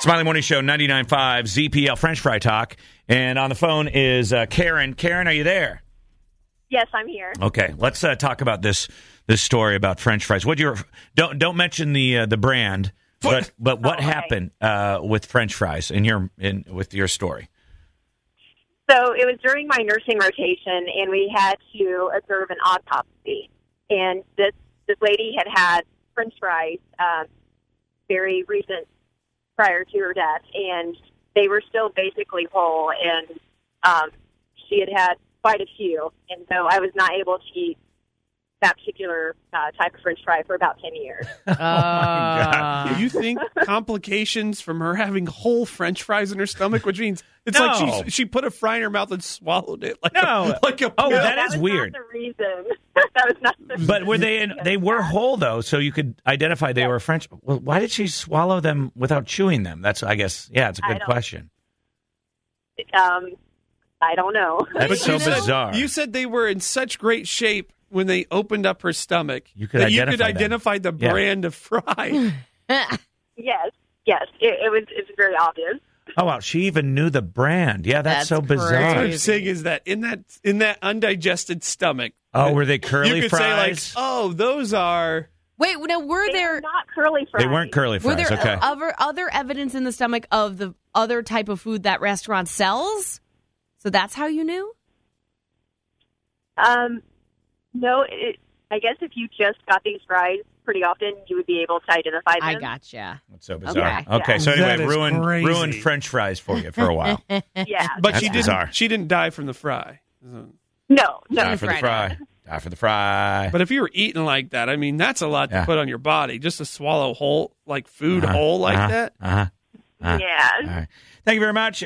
Smiley Morning Show 99.5 ZPL French Fry Talk. And on the phone is uh, Karen. Karen, are you there? Yes, I'm here. Okay, let's uh, talk about this this story about French fries. What your don't don't mention the uh, the brand, but but what Oh, okay. happened uh, with French fries in your in with your story? So it was during my nursing rotation, and we had to observe an autopsy. And this this lady had had French fries um, very recent prior to her death, and they were still basically whole. And um, she had had quite a few, and so I was not able to eat that particular uh, type of French fry for about ten years. Oh God. Uh, Do you think complications from her having whole French fries in her stomach, which means it's No. like she she put a fry in her mouth and swallowed it like No. a, like a Oh, pill. that is was weird. Not the reason that was not the But were they in, they were whole though, so you could identify they were French. Well, why did she swallow them without chewing them? That's I guess yeah, it's a I good don't- question. um, I don't know. That's But so you said- bizarre. you said they were in such great shape when they opened up her stomach You could that you could identify them. identify the Yeah. brand of fry. Uh, Yes, yes, it, it was. It's very obvious. oh wow, she even knew the brand. Yeah, that's, That's so That's bizarre. what crazy. I'm saying is that in that in that undigested stomach, Oh, were they curly you could fries? say like, "Oh, those are." Wait, now were They there were not curly fries. they weren't curly were fries. there okay. other other evidence in the stomach of the other type of food that restaurant sells? So that's how you knew. Um, no, it, I guess if you just got these fries pretty often, you would be able to identify them. I gotcha. That's so bizarre. Okay, Okay. Yeah. so anyway, That is ruined crazy. ruined French fries for you for a while. Yeah, But That's she didn't. bizarre. She didn't die from the fry. no, no. Die for the Fried fry. Die for the fry. But if you were eating like that, I mean, that's a lot Yeah. to put on your body just to swallow whole, like food Uh-huh, whole like uh-huh, that. Uh huh. Yeah. All right. Thank you very much.